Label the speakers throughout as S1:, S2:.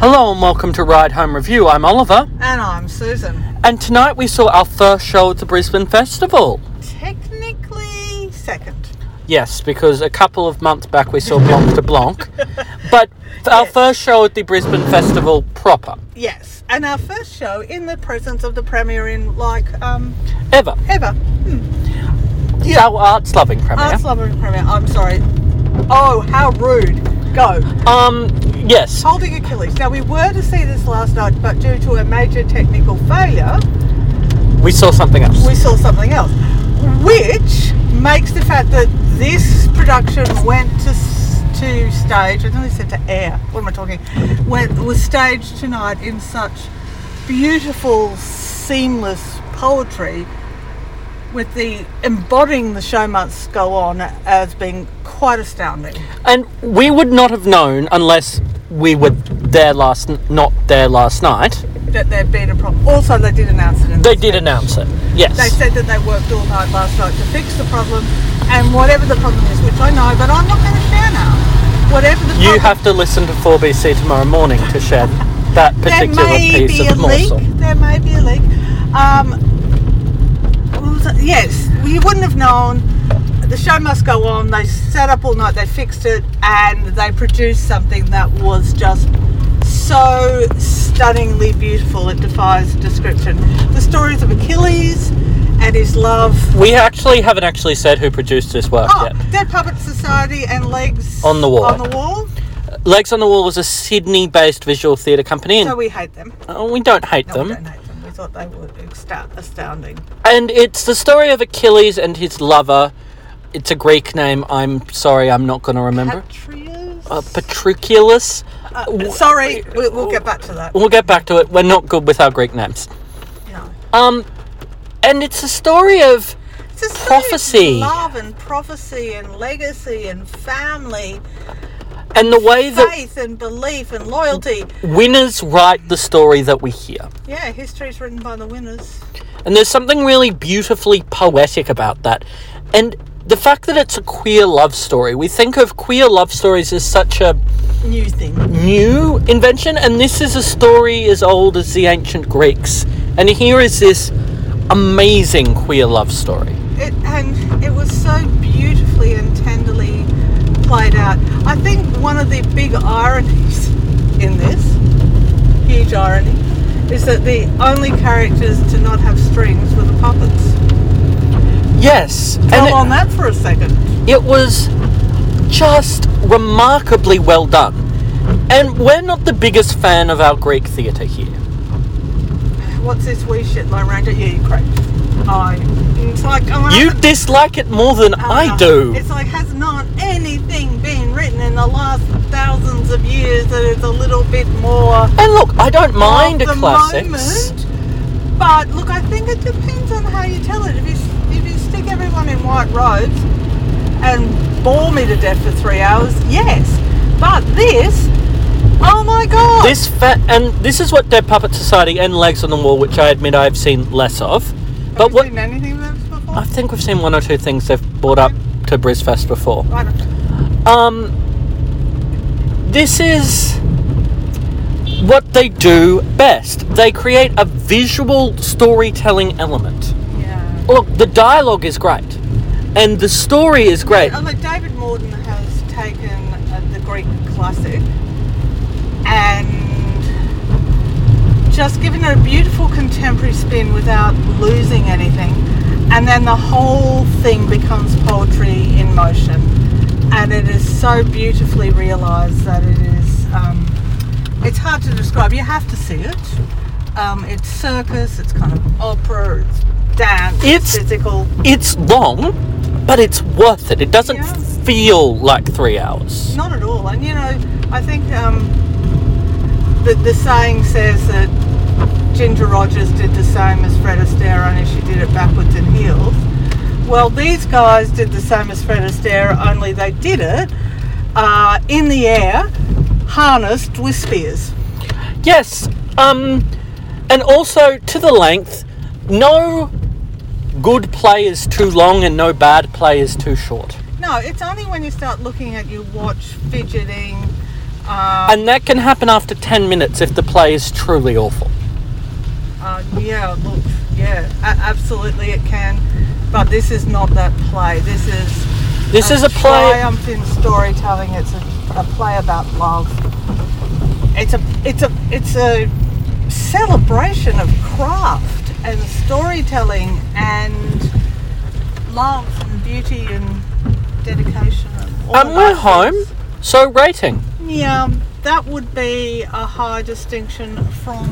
S1: Hello and welcome to Ride Home Review. I'm Oliver,
S2: And I'm Susan.
S1: and tonight we saw our first show at the Brisbane Festival.
S2: Technically, second.
S1: Yes, because a couple of months back we saw Blanc de Blanc, but our
S2: Yes.
S1: first show at the Brisbane Festival proper
S2: Yes. And our first show in the presence of the Premier in like um,
S1: ever.
S2: ever.
S1: Yeah. Our arts loving premiere.
S2: Arts loving Premier. I'm sorry. Oh, how rude. Go.
S1: um. Yes.
S2: Holding Achilles. Now, we were to see this last night, but due to a major technical failure,
S1: We saw something else.
S2: we saw something else. Which makes the fact that this production went to s- to stage, I nearly said to air, what am I talking? Went, was staged tonight in such beautiful, seamless poetry with the embodying the show must go on as being quite astounding.
S1: and we would not have known unless we were there last, n- not there last night.
S2: That there'd been a problem. Also, they did announce it. In
S1: They did announce it. Yes.
S2: They said that they worked all night last night to fix the problem, and whatever the problem is, which I know, but I'm not going to share now. Whatever the problem,
S1: You have to listen to 4BC tomorrow morning to share that
S2: there
S1: particular
S2: may
S1: piece
S2: be
S1: of
S2: a
S1: morsel.
S2: leak. There may be a leak. Um, what was it? yes, we wouldn't have known. The show must go on. They sat up all night. They fixed it, and they produced something that was just so stunningly beautiful. It defies description. The stories of Achilles and his love
S1: We actually haven't actually said who produced this work
S2: Oh,
S1: yet.
S2: Dead Puppet Society and Legs
S1: On the Wall.
S2: On the wall.
S1: Legs on the Wall was a Sydney-based visual theatre company, and
S2: So we hate them.
S1: oh, we don't hate
S2: No,
S1: them.
S2: we don't hate them. We thought they were exta- astounding.
S1: And it's the story of Achilles and his lover. It's a Greek name. I'm sorry, I'm not going to remember.
S2: Patrios.
S1: Uh, Patricius.
S2: Uh, sorry, we, we'll get back to that.
S1: We'll get back to it. We're not good with our Greek names.
S2: No.
S1: Um, and it's a story of
S2: It's a story of
S1: prophecy.
S2: love and prophecy and legacy and family,
S1: and the way that
S2: faith and belief and loyalty.
S1: winners write the story that we hear.
S2: Yeah, history's written by the winners.
S1: And there's something really beautifully poetic about that. And the fact that it's a queer love story, we think of queer love stories as such a
S2: New thing.
S1: new invention, and this is a story as old as the ancient Greeks. And here is this amazing queer love story.
S2: It, and it was so beautifully and tenderly played out. I think one of the big ironies in this, huge irony, is that the only characters to not have strings were the puppets.
S1: Yes,
S2: Dwell
S1: it-
S2: on that for a second.
S1: it was just remarkably well done. And we're not the biggest fan of our Greek theatre here.
S2: What's this wee shit, Lone Ranger? Yeah, you cracked. I. It's like oh, I
S1: You
S2: haven't-
S1: dislike it more than I
S2: Uh,
S1: do.
S2: It's like has not anything been written in the last thousands of years that is a little bit more
S1: And look, I don't mind a
S2: of the
S1: classics.
S2: moment, but look, I think it depends on how you tell it. If you if you stick everyone in white robes and bore me to death for three hours, yes. But this, oh my god,
S1: This fat and this is what Dead Puppet Society and Legs on the Wall, which I admit I've seen less of.
S2: Have
S1: But
S2: you
S1: what
S2: seen anything of this before?
S1: I think we've seen one or two things they've brought up to Brisfest before.
S2: I don't know.
S1: Um, this is what they do best. They create a visual storytelling element.
S2: Yeah.
S1: Look, the dialogue is great, and the story is great.
S2: Although David Morden has taken uh, the Greek classic and just given it a beautiful contemporary spin without losing anything, and then the whole thing becomes poetry in motion, and it is so beautifully realised that it is. Um, it's hard to describe. You have to see it. Um, it's circus. It's kind of opera. It's dance.
S1: It's-
S2: physical.
S1: It's long, but it's worth it. It doesn't
S2: Yeah.
S1: feel like three hours.
S2: Not at all. And you know, I think um, the, the saying says that Ginger Rogers did the same as Fred Astaire, only she did it backwards and heels. Well, these guys did the same as Fred Astaire, only they did it uh, in the air, harnessed with spears.
S1: Yes. Um, and also to the length, no good play is too long and no bad play is too short.
S2: No, it's only when you start looking at your watch, fidgeting, Uh,
S1: And that can happen after 10 minutes if the play is truly awful.
S2: uh, yeah, look, yeah, a- absolutely it can. But this is not that play. This is
S1: This is a play.
S2: triumph in storytelling. It's a, a play about love. It's a it's a it's a celebration of craft and storytelling and love and beauty and dedication. And all
S1: And we're
S2: those
S1: home.
S2: things.
S1: So, rating.
S2: Yeah, that would be a high distinction from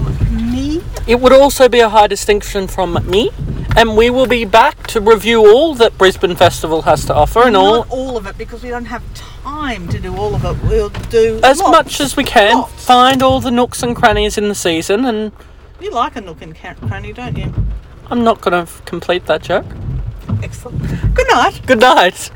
S2: me.
S1: It would also be a high distinction from me. And we will be back to review all that Brisbane Festival has to offer and all
S2: Not all of it because we don't have time to do all of it. We'll do
S1: as
S2: lots.
S1: much as we can.
S2: Lots.
S1: Find all the nooks and crannies in the season. And
S2: You like a nook and cran- cranny, don't you?
S1: I'm not going to complete that joke.
S2: Excellent. Good night.
S1: Good night.